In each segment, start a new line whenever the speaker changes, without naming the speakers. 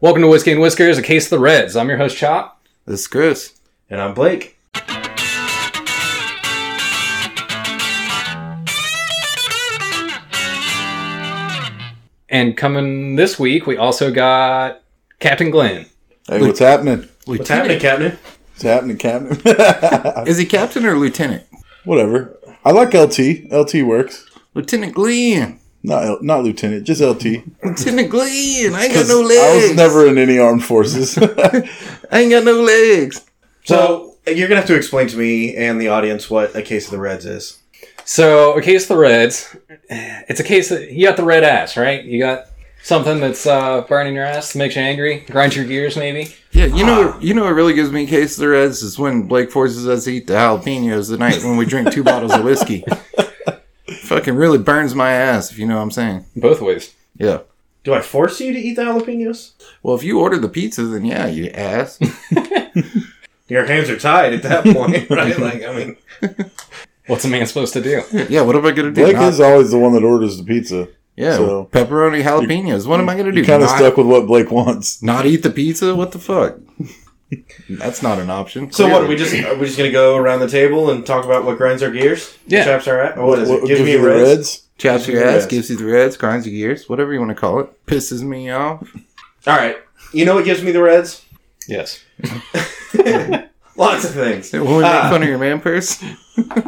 Welcome to Whiskey and Whiskers, a case of the Reds. I'm your host Chop.
This is Chris.
And I'm Blake.
And coming this week, we also got Captain Glenn.
Hey, what's happening?
What's happening, Captain?
What's happening, Captain?
Is he captain or lieutenant?
Whatever. I like LT. LT works.
Lieutenant Glenn.
Not L- not lieutenant, just LT.
Lieutenant Glenn. I ain't got
'Cause
no
I
legs.
was never in any armed forces.
I ain't got no legs.
So you're gonna have to explain to me and the audience what a case of the Reds is.
So, a case of the Reds. It's a case that you got the red ass, right? You got something that's uh, burning your ass, makes you angry, grinds your gears, maybe.
Yeah, you know, you know, what really gives me case of the reds is when Blake forces us to eat the jalapenos the night when we drink two bottles of whiskey. Fucking really burns my ass, if you know what I'm saying.
Both ways.
Yeah.
Do I force you to eat the jalapenos?
Well, if you order the pizza, then yeah, you ass.
Your hands are tied at that point, right? Like, I mean,
What's a man supposed to do?
yeah, what am I gonna do?
Blake
Not-
is always the one that orders the pizza.
yeah,
so-
pepperoni jalapenos. What am I gonna do?
You're kind of
Not-
stuck with what Blake wants.
Not eat the pizza? What the fuck? That's not an option.
so what? Are we
clearly.
just are we just gonna go around the table and talk about what grinds our gears?
Yeah.
chaps are at. Or what is
What
it? Give
gives
me
you the
reds.
Reds?
chaps your
the
ass,
reds.
gives you the reds, grinds your gears, whatever you want to call it. Pisses me off.
All right. You know what gives me the Reds?
Yes.
Lots of things.
When we make
Ah.
fun of your man purse,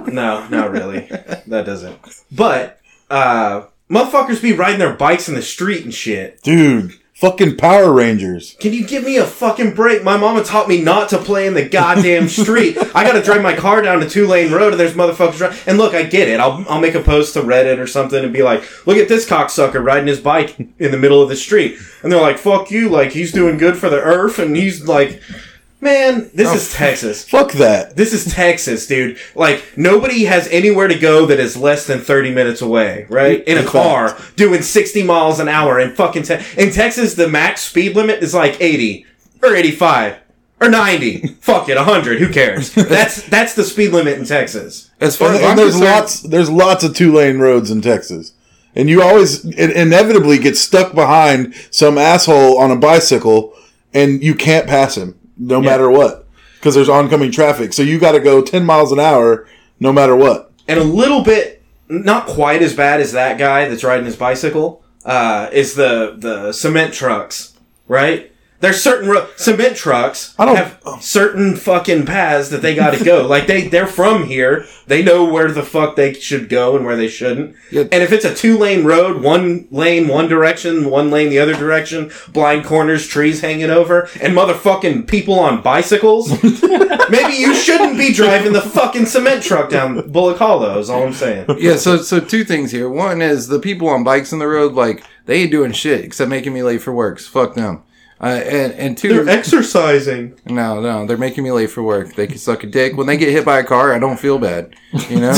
No, not really. that doesn't. But uh, motherfuckers be riding their bikes in the street and shit.
Dude, fucking Power Rangers.
Can you give me a fucking break? My mama taught me not to play in the goddamn street. I gotta drive my car down a two lane road and there's motherfuckers. Dri- and look, I get it. I'll, I'll make a post to Reddit or something and be like, look at this cocksucker riding his bike in the middle of the street. And they're like, fuck you. Like, he's doing good for the earth. And he's like, man, this is Texas.
Fuck that.
This is Texas, dude. Like, nobody has anywhere to go that is less than 30 minutes away, right? In a
Fact.
car, doing 60 miles an hour in fucking te- In Texas, the max speed limit is like 80 or 85 or 90. Fuck it, 100. Who cares? That's, that's the speed limit in Texas.
as far
And,
as
and
I'm
there's
concerned,
lots there's lots of two lane roads in Texas. And you always in- inevitably get stuck behind some asshole on a bicycle and you can't pass him no matter what because there's oncoming traffic. So you got to go 10 miles an hour no matter what.
and a little bit not quite as bad as that guy that's riding his bicycle uh, is the the cement trucks right there's certain ro- cement trucks
I don't-
have certain fucking paths that they got to go like they they're from here they know where the fuck they should go and where they shouldn't
Yeah.
and if it's a two lane road one lane one direction one lane the other direction blind corners trees hanging over and motherfucking people on bicycles maybe you shouldn't be driving the fucking cement truck down Bullock Hollow is all I'm saying
yeah. So, so two things here. One is the people on bikes in the road, like they ain't doing shit except making me late for work. So fuck them. Uh, and and 2
exercising.
no, no, they're making me late for work. They can suck a dick. When they get hit by a car, I don't feel bad. You know.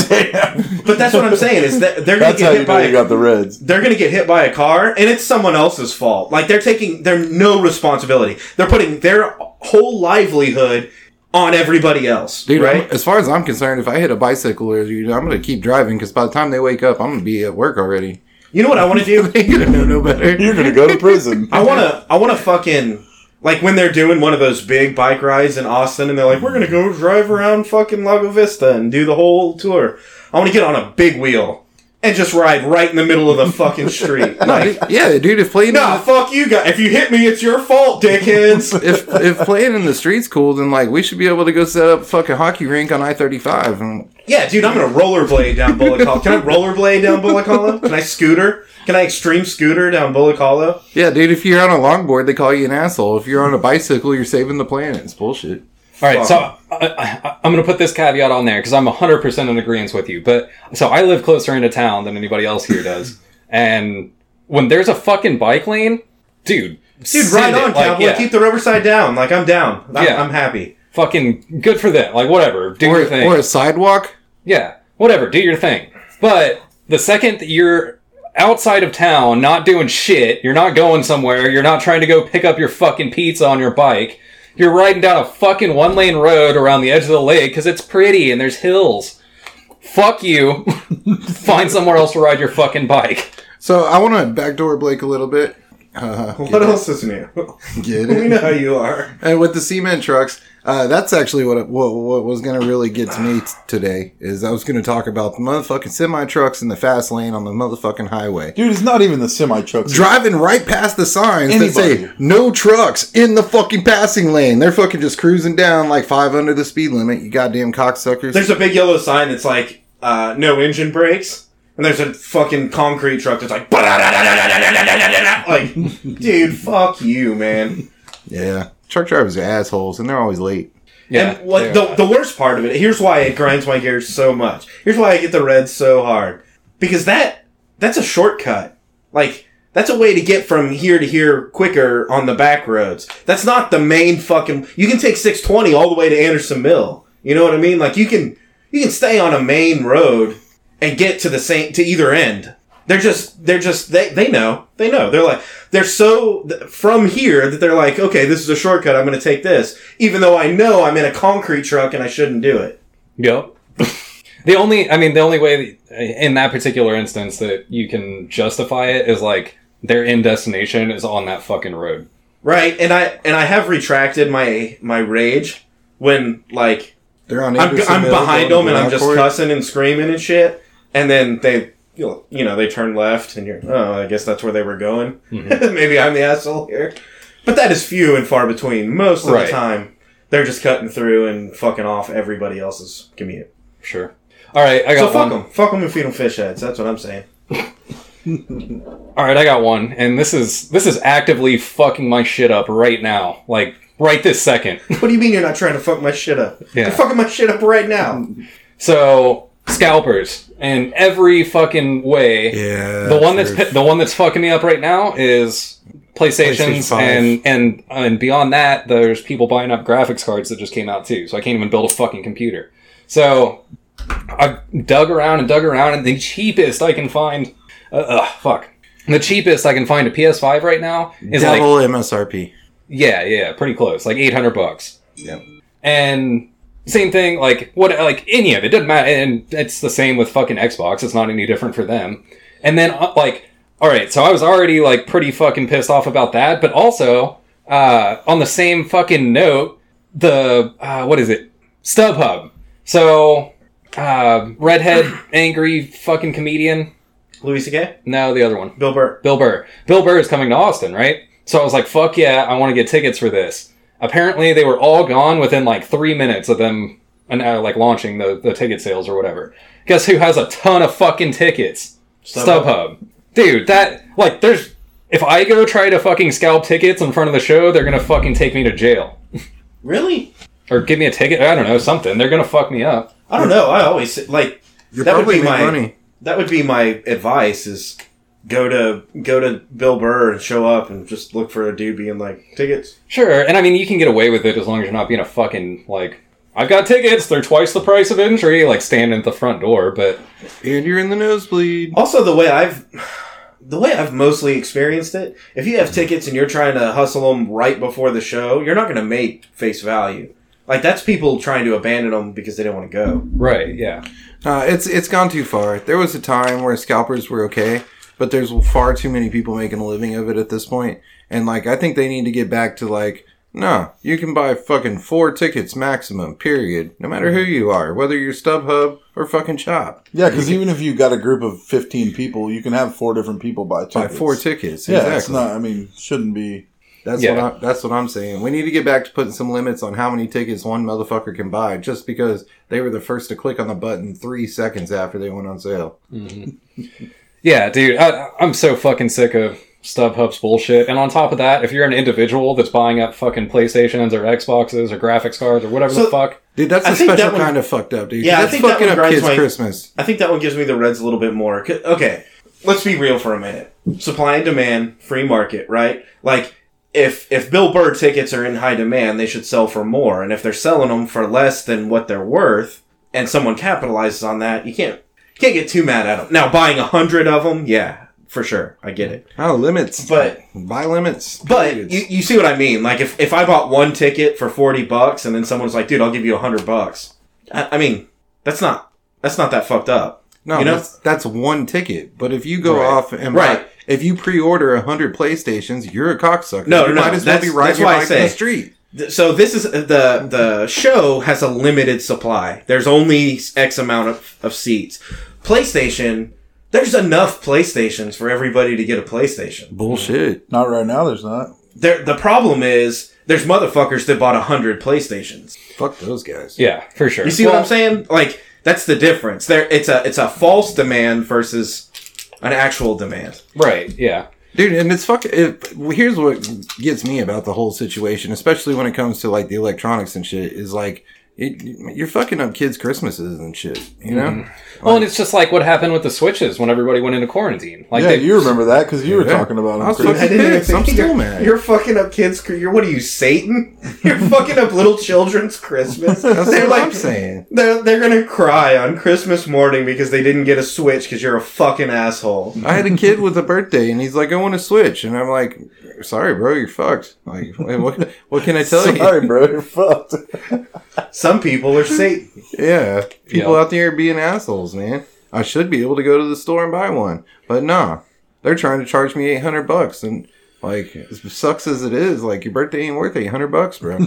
But that's what I'm saying is that they're going to
That's how
get
you
hit
know
by
you
a,
got the Reds.
they're going to get hit by a car and it's someone else's fault. Like they're taking they're no responsibility. They're putting their whole livelihood on everybody else,
Dude, I'm-
right?
as far as I'm concerned, if I hit a bicycle, or dude, I'm gonna keep driving because by the time they wake up, I'm gonna be at work already.
You know what I want to do?
They ain't gonna know no better.
You're going to go to prison.
I want to I want to fucking like when they're doing one of those big bike rides in Austin and they're like we're going to go drive around fucking Lago Vista and do the whole tour. I want to get on a big wheel and just ride right in the middle of the fucking street. Like
yeah, dude, if playing
Nah,
in the,
fuck you guys. If you hit me, it's your fault, dickheads.
if if playing in the streets cool, then like we should be able to go set up a fucking hockey rink on I thirty five.
yeah, dude, I'm gonna rollerblade down Bullock Hollow. Can I rollerblade down Bullock Hollow? Can I scooter? Can I extreme scooter down Bullock Hollow?
Yeah, dude, if you're on a longboard, they call you an asshole. If you're on a bicycle, you're saving the planet. It's bullshit.
All right, so I, I, I'm going to put this caveat on there because I'm 100% in agreement with you. But so I live closer into town than anybody else here does. and when there's a fucking bike lane, dude,
Dude,
send
right
it.
on,
Like,
cowboy.
yeah,
Keep the rubber side down. Like I'm down. I'm,
Yeah.
I'm happy.
fucking good for them. Like, whatever. Do
Or,
your thing.
or a sidewalk.
yeah, whatever. Do your thing. But the second that you're outside of town, not doing shit, you're not going somewhere, you're not trying to go pick up your fucking pizza on your bike, you're riding down a fucking one lane road around the edge of the lake because it's pretty and there's hills. Fuck you. Find somewhere else to ride your fucking bike.
So I want to backdoor Blake a little bit. Uh,
What else is new?
Get
we
it?
know how you are.
And with the cement trucks, uh, that's actually what, what what was gonna really get to me t- today is I was gonna talk about the motherfucking semi trucks in the fast lane on the motherfucking highway.
Dude, it's not even the semi trucks.
driving right past the signs that
Anybody.
say no trucks in the fucking passing lane. They're fucking just cruising down like five under the speed limit. You goddamn cocksuckers.
There's a big yellow sign that's like, uh, no engine brakes. And there's a fucking concrete truck that's like, like, dude, fuck you, man.
yeah, truck drivers are assholes and they're always late.
Yeah.
and what the, the worst part of it, here's why it grinds my gears so much. Here's why I get the red so hard. Because that, that's a shortcut. Like, that's a way to get from here to here quicker on the back roads. That's not the main fucking, you can take 620 all the way to Anderson Mill. You know what I mean? Like, you can, you can stay on a main road and get to the same to either end. They're just they're just they they know they know they're like they're so th- from here that they're like okay this is a shortcut I'm going to take this even though I know I'm in a concrete truck and I shouldn't do it.
Yep. the only, I mean, the only way that- in that particular instance that you can justify it is like their end destination is on that fucking road.
Right, and I and I have retracted my my rage when like
They're on.
I'm,
Anderson
I'm
Mill
behind
going
them and
to
I'm just
Rockport.
cussing and screaming and shit, and then they you know- you know they turn left and you're oh I guess that's where they were going.
Mm-hmm.
Maybe I'm the asshole here, but that is few and far between. Most of
Right.
the time, they're just cutting through and fucking off everybody else's commute.
Sure. All right, I
So
got one.
fuck them, fuck them and feed them fish heads. That's what I'm saying.
All right, I got one, and this is this is actively fucking my shit up right now, like right this second.
What do you mean you're not trying to fuck my shit up?
Yeah.
You're fucking my shit up right now.
so scalpers in every fucking way.
Yeah,
the one that's
true.
pi- the one that's fucking me up right now is
PlayStation
PlayStations
5.
and and and beyond that, there's people buying up graphics cards that just came out too. So I can't even build a fucking computer. So I've dug around and dug around, and the cheapest I can find, uh, uh, fuck, the cheapest I can find a PS5 right now is like
double MSRP.
yeah, yeah, pretty close, like eight hundred bucks.
Yep.
And same thing, like what, like any of it doesn't matter. And it's the same with fucking Xbox. It's not any different for them. And then uh, like, all right, so I was already like pretty fucking pissed off about that, but also uh, on the same fucking note, the uh, what is it, StubHub. So uh, redhead, angry fucking comedian.
Louis C.K.
No, the other one.
Bill Burr.
Bill Burr. Bill Burr is coming to Austin, right? So I was like, fuck yeah, I want to get tickets for this. Apparently, they were all gone within like three minutes of them and uh, like launching the, the ticket sales or whatever. Guess who has a ton of fucking tickets?
StubHub.
StubHub. Dude, that, like, there's. If I go try to fucking scalp tickets in front of the show, they're gonna fucking take me to jail.
Really?
Or give me a ticket, I don't know, something. They're gonna fuck me up.
I don't know. I always like
You're
That would
probably
be my-
money.
that would be my advice is go to go to Bill Burr and show up and just look for a dude being like tickets.
Sure, and I mean, you can get away with it as long as you're not being a fucking, like, I've got tickets, they're twice the price of entry, like, standing at the front door, but.
and you're in the nosebleed.
Also the way I've the way I've mostly experienced it, if you have tickets and you're trying to hustle them right before the show, you're not going to make face value. Like that's people trying to abandon them because they don't want to go.
Right, yeah.
Uh, it's it's gone too far. There was a time where scalpers were okay, but there's far too many people making a living of it at this point. And like, I think they need to get back to like, no, you can buy fucking four tickets maximum. Period. No matter who you are, whether you're StubHub or fucking Chop,
Yeah, because even if you got a group of 15 people, you can have four different people buy tickets.
buy four tickets.
Yeah,
exactly.
it's not, I mean, shouldn't be.
That's
Yeah.
what I, that's what I'm saying. We need to get back to putting some limits on how many tickets one motherfucker can buy, just because they were the first to click on the button three seconds after they went on sale.
Yeah, dude, I, I'm so fucking sick of StubHub's bullshit. And on top of that, if you're an individual that's buying up fucking PlayStations or Xboxes or graphics cards or whatever
So-
the fuck,
Dude, that's
I
a
think
special
that one-
kind of fucked up, dude.
Yeah, I
that's
think that
fucking
one
up
grinds
kids'
my-
Christmas.
I think that one gives me the Reds a little bit more. 'Cause- Okay, let's be real for a minute. Supply and demand, free market, right? Like if if Bill Burr tickets are in high demand, they should sell for more, and if they're selling them for less than what they're worth, and someone capitalizes on that, you can't you can't get too mad at them. Now buying a hundred of them, yeah, for sure, I get it.
Oh, limits,
But-
buy limits.
But
Periods.
you, you see what I mean? Like if if I bought one ticket for forty bucks, and then someone's like, "Dude, I'll give you a hundred bucks," I, I mean, that's not that's not that fucked up.
no,
you know-
that's, that's one ticket. But if you go
Right.
off and
Right.
buy, If you pre-order hundred PlayStations, you're a cocksucker.
No,
you
no,
might
no,
as well be
that's-
riding
that's
your
why I
bike in the
say-
street.
Th- So this is uh, the the show has a limited supply. There's only X amount of, of seats. PlayStation, there's enough PlayStations for everybody to get a PlayStation.
Bullshit.
Not right now. There's not.
There, the problem is there's motherfuckers that bought hundred PlayStations.
Fuck those guys.
Yeah, for sure.
You see what I'm saying? Like that's the difference. There, it's a it's a false demand versus an actual demand.
Right, yeah.
dude and it's fuck it, well, here's what gets me about the whole situation especially when it comes to like the electronics and shit is like it, you're fucking up kids christmases and shit you know
Mm-hmm.
Well, and it's just like what happened with the switches when everybody went into quarantine. Like,
yeah,
they,
you remember that because you were
Yeah.
talking about
I was
it. Chris.
fucking- pissed. I'm still
you're,
mad.
You're fucking up kids. You're what are you, Satan? You're fucking up little children's Christmas.
that's
They're
what
like
i'm saying
They're, they're gonna cry on Christmas morning because they didn't get a Switch because you're a fucking asshole.
i had a kid with a birthday and he's like i want to switch and i'm like sorry bro you're fucked like what, what can i tell
Sorry, bro, you're fucked.
Some people are Satan.
you yeah people
Yeah.
out there are being assholes man i should be able to go to the store and buy one but nah they're trying to charge me 800 bucks and like as sucks as it is like your birthday ain't worth 800 bucks bro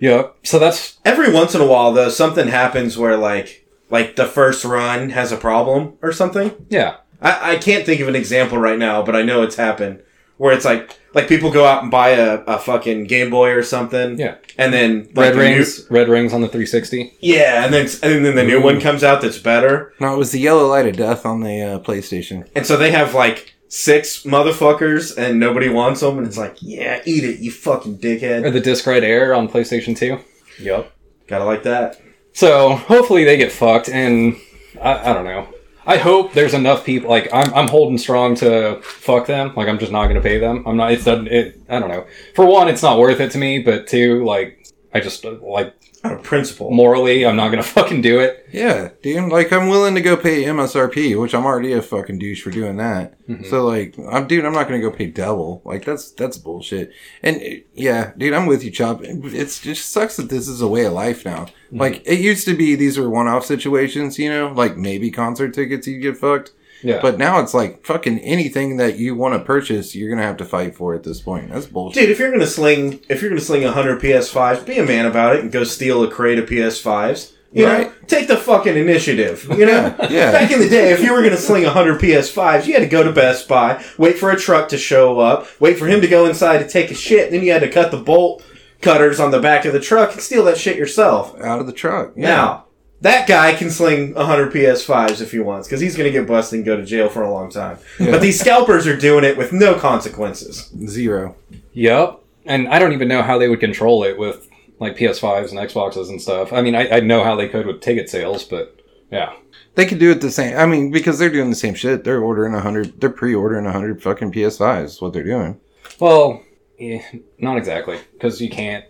yeah. So that's
Every once in a while, though, something happens where like like the first run has a problem or something.
yeah.
I, I can't think of an example right now, but I know it's happened where it's like like people go out and buy a, a fucking Game Boy or something.
Yeah.
and then
Red
like, the
rings, red rings on the 360.
new- yeah, and then and then the new one comes out that's better,
No, it was the yellow light of death on the uh, PlayStation.
and so they have like. Six motherfuckers and nobody wants them, and it's like, yeah, eat it, you fucking dickhead.
Or the disc right air on PlayStation 2. Yep.
Gotta like that.
So hopefully they get fucked, and I, I don't know. I hope there's enough people. Like I'm, I'm holding strong to fuck them. Like I'm just not gonna pay them. I'm not. It's done. It, I don't know. For one, it's not worth it to me. But two, like I just uh, like
Out of principle.
morally, I'm not gonna fucking do it.
Yeah, dude. Like, I'm willing to go pay MSRP, which I'm already a fucking douche for doing that. So, like, I'm dude. I'm not gonna go pay double. Like, that's that's bullshit. And uh, yeah, dude, I'm with you, Chop. It's it just sucks that this is a way of life now. Like, it used to be these were one-off situations, you know, like maybe concert tickets you get fucked.
Yeah.
But now it's like fucking anything that you want to purchase, you're gonna have to fight for at this point. That's bullshit.
Dude, if you're gonna sling if you're gonna sling hundred PS5s, be a man about it and go steal a crate of PS5s. You know?
Right.
Take the fucking initiative. You know?
yeah.
Back in the day, if you were gonna sling hundred PS5s, you had to go to Best Buy, wait for a truck to show up, wait for him to go inside to take a shit, then you had to cut the bolt cutters on the back of the truck and steal that shit yourself.
Out of the truck. Yeah.
Now that guy can sling 100 PS5s if he wants, because he's going to get busted and go to jail for a long time. But these scalpers are doing it with no consequences.
Zero.
Yep. And I don't even know how they would control it with like PS5s and Xboxes and stuff. I mean, I, I know how they could with ticket sales, but yeah.
They could do it the same. I mean, because they're doing the same shit. They're ordering a hundred. They're pre-ordering a hundred fucking PS5s. Is what they're doing.
Well, eh, not exactly because you can't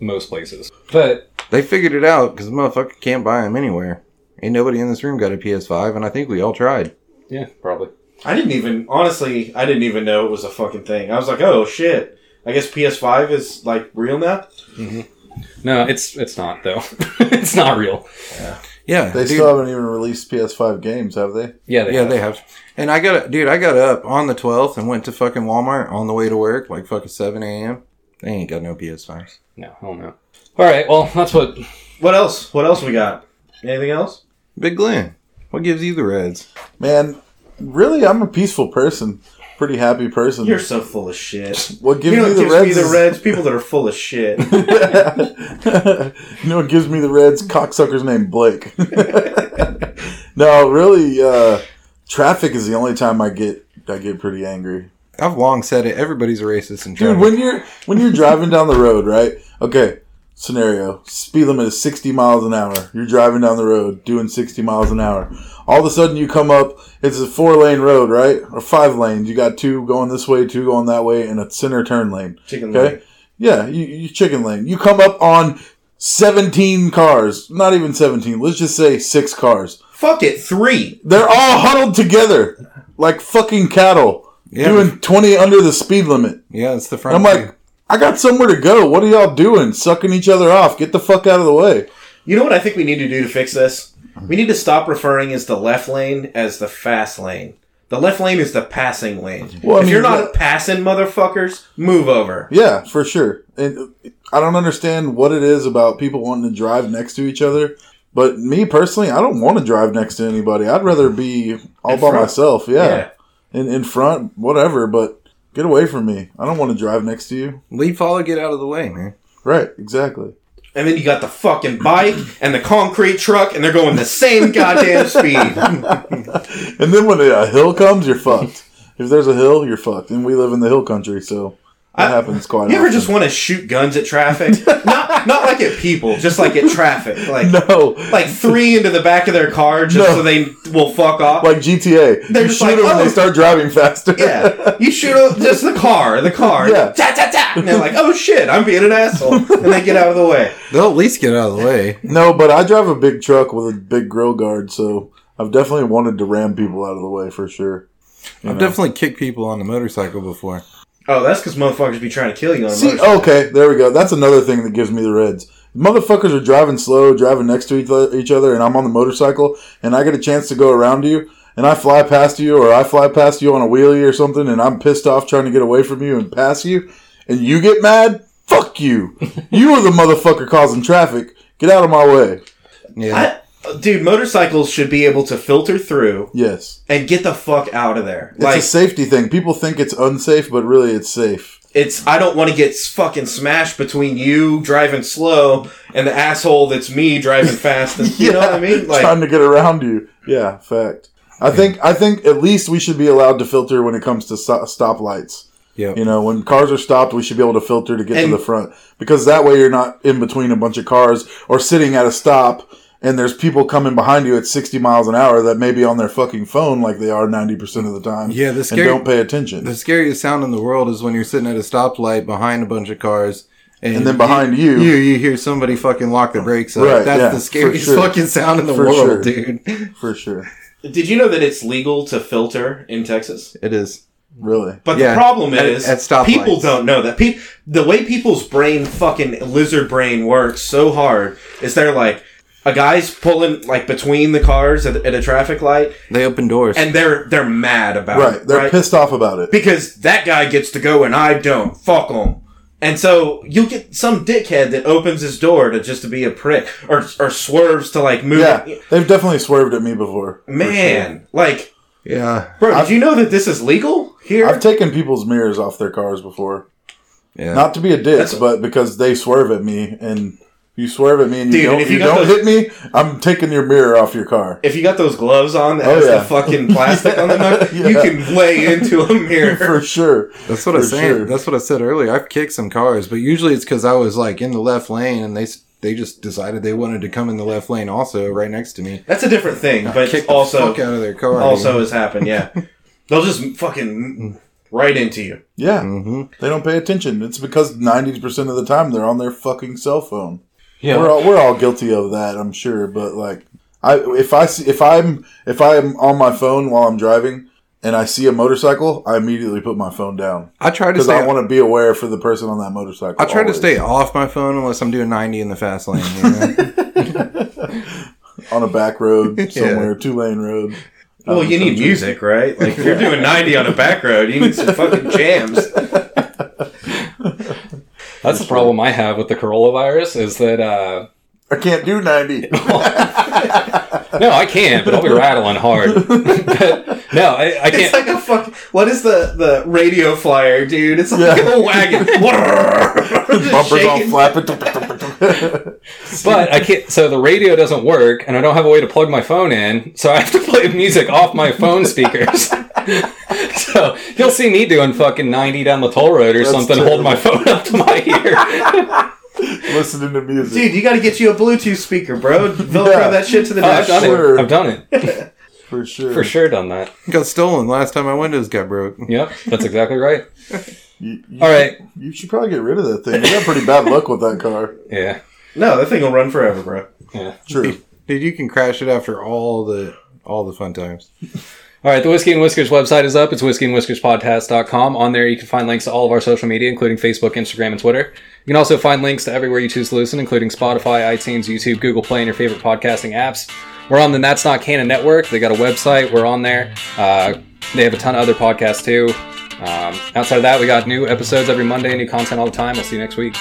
most places. But
They figured it out because motherfucker can't buy them anywhere. Ain't nobody in this room got a PS5, and I think we all tried.
yeah, probably.
I didn't even, honestly, I didn't even know it was a fucking thing. I was like, oh shit. I guess PS5 is like real now?
No, it's it's not though. it's not real.
Yeah,
They
dude.
still haven't even released PS5 games, have they?
Yeah, they
yeah,
have.
they have. And I got, dude, I got up on the twelfth and went to fucking Walmart on the way to work, like fucking seven a.m. They ain't got no PS5s.
No, hell no. All right, well, that's what.
What else? What else we got? Anything else?
Big Glenn, what gives you the reds?
Man, really, I'm a peaceful person, pretty happy person.
You're so full of shit.
what gives
you know
me
what
the
gives
reds?
me the
is-
reds? People that are full of shit.
you know what gives me the reds? Cocksucker's named Blake. no, really, uh, traffic is the only time I get I get pretty angry.
I've long said it. Everybody's racist and
Dude, when you're when you're driving down the road, right? Okay, scenario: speed limit is sixty miles an hour. You're driving down the road, doing sixty miles an hour. All of a sudden, you come up. It's a four lane road, right? Or five lanes. You got two going this way, two going that way, and a center turn lane.
Chicken
Okay.
leg.
Yeah, you, you chicken lane. You come up on 17 cars. Not even 17. Let's just say six cars.
Fuck it, three.
They're all huddled together like fucking cattle
Yeah.
doing 20 under the speed limit.
yeah, it's the front.
I'm
view.
like, I got somewhere to go. What are y'all doing? Sucking each other off. Get the fuck out of the way.
You know what I think we need to do to fix this? We need to stop referring as the left lane as the fast lane. The left lane is the passing lane.
Well, I
if
mean,
you're not
yeah.
passing, motherfuckers, move over.
Yeah, for sure. And I don't understand what it is about people wanting to drive next to each other. But me personally, I don't want to drive next to anybody. I'd rather be all
In
by
front.
myself.
Yeah.
Yeah. In in front, whatever, but get away from me. I don't want to drive next to you.
Lead follow, get out of the lane, man.
Right, exactly.
And then you got the fucking bike and the concrete truck, and they're going the same goddamn speed.
And then when a hill comes, you're fucked. if there's a hill, you're fucked. And we live in the hill country, so that
I-
happens quite
You ever
often.
just want to shoot guns at traffic? not, not like at people, just like at traffic. Like,
No.
like three into the back of their car just
No.
so they will fuck off.
Like GTA.
They're
you
just
shoot
like,
them and
"Oh."
they start driving faster.
yeah, you shoot a, just the car, the car.
Yeah.
Ta ta ta. And they're like, oh shit, I'm being an asshole, and they get out of the way.
They'll at least get out of the way.
No, but I drive a big truck with a big grill guard, so I've definitely wanted to ram people out of the way for sure. You
I've
know.
definitely kicked people on the motorcycle before.
Oh, that's because motherfuckers be trying to kill you on a
See,
motorcycle.
okay, there we go. That's another thing that gives me the reds. Motherfuckers are driving slow, driving next to each other, each other, and I'm on the motorcycle, and I get a chance to go around you, and I fly past you, or I fly past you on a wheelie or something, and I'm pissed off trying to get away from you and pass you, and you get mad. Fuck you! you are the motherfucker causing traffic. Get out of my way.
Yeah.
uh,
I- dude, motorcycles should be able to filter through
Yes,
and get the fuck out of there.
it's
like
a safety thing. People think it's unsafe, but really, it's safe.
it's I don't want to get s- fucking smashed between you driving slow and the asshole that's me driving fast. And, You know what I mean? Like,
trying to get around you. Yeah, fact. I think I think at least we should be allowed to filter when it comes to so- stoplights.
Yep.
You know, when cars are stopped, we should be able to filter to get
And-
to the front because that way you're not in between a bunch of cars or sitting at a stop and there's people coming behind you at 60 miles an hour that may be on their fucking phone like they are 90% of the time.
Yeah, the
and
scary-
don't pay attention.
The scariest sound in the world is when you're sitting at a stoplight behind a bunch of cars.
And then behind you-
you, you hear somebody fucking lock the brakes up.
Right,
That's
yeah,
the
for
scariest
sure.
fucking sound in the
For
world,
sure.
dude.
for sure.
did you know that it's legal to filter in Texas?
It is.
Really.
But
Yeah,
the problem
at-
is,
at stoplights.
people don't know that. Pe- the way people's brain, fucking lizard brain, works so hard is they're like, a guy's pulling like between the cars at, at a traffic light,
They open doors.
and they're they're mad about
Right.
it,
They're pissed off about it.
because that guy gets to go and I don't. Fuck him. And so you'll get some dickhead that opens his door to just to be a prick or or swerves to like move.
Yeah. They've definitely swerved at me before. for
Man, like,
yeah.
bro, did you know that this is legal here?
sure. I've taken people's mirrors off their cars before.
Yeah.
Not to be a
That's-
dick, but because they swerve at me and you swerve at me and you
Dude, and
don't,
if
you
you got
don't
those-
hit me, I'm taking your mirror off your car.
if you got those gloves on that
Oh,
has
yeah.
the fucking plastic on the knuckle,
Yeah.
you can lay into a mirror.
For sure.
That's what I
For
said.
sure.
That's what I said earlier. I've kicked some cars, but usually it's because I was like in the left lane, and they s- they just decided they wanted to come in the left lane also, right next to me.
That's a different thing,
I
but
kicked the
also
fuck out of their car.
also has happened. Yeah, they'll just fucking right into you.
Yeah.
hmm
They don't pay attention. It's because 90% of the time they're on their fucking cell phone.
Yeah.
We're all, we're all guilty of that, I'm sure, but like I if I see, if I'm if I'm on my phone while I'm driving and I see a motorcycle, I immediately put my phone down
I try to
because
stay.
I want to be aware for the person on that motorcycle.
I try to
always.
stay off my phone unless I'm doing 90 in the fast lane. You know?
on a back road
Yeah.
somewhere, two lane road.
Well,
Um,
you need
country.
music, right? Like if you're doing ninety on a back road, you need some fucking jams.
That's the problem I have with the coronavirus is that uh,
I can't do 90.
no, I can't, but I'll be rattling hard. But, no, I, I
It's
can't.
like a fuck. What is the the radio flyer, dude? It's like
Yeah.
a wagon. Just
Bumpers all
shaking.
flapping.
But I can't. So the radio doesn't work, and I don't have a way to plug my phone in, so I have to play music off my phone speakers. so you'll see me doing fucking ninety down the toll road or
That's
something, holding my phone up to my ear.
Listening to music.
Dude, you got to get you a Bluetooth speaker, bro. Velcro
Yeah.
that shit to the
Oh, I've done
dash.
Sure.
it. I've done it
for sure.
for sure. Done that.
got stolen last time my windows got broke.
Yep, that's exactly right.
You, you
All right.
should- you should probably get rid of that thing. You got pretty bad luck with that car.
Yeah.
No, that thing will run forever, bro.
Yeah.
True.
Dude, you can crash it after all the all the fun times.
All right, the Whiskey and Whiskers website is up. It's whiskeyandwhiskerspodcast.com. On there, you can find links to all of our social media, including Facebook, Instagram, and Twitter. You can also find links to everywhere you choose to listen, including Spotify, iTunes, YouTube, Google Play, and your favorite podcasting apps. We're on the That's Not Canon Network. They got a website. We're on there. Uh, They have a ton of other podcasts too. Um, outside of that, we got new episodes every Monday, new content all the time. We'll see you next week.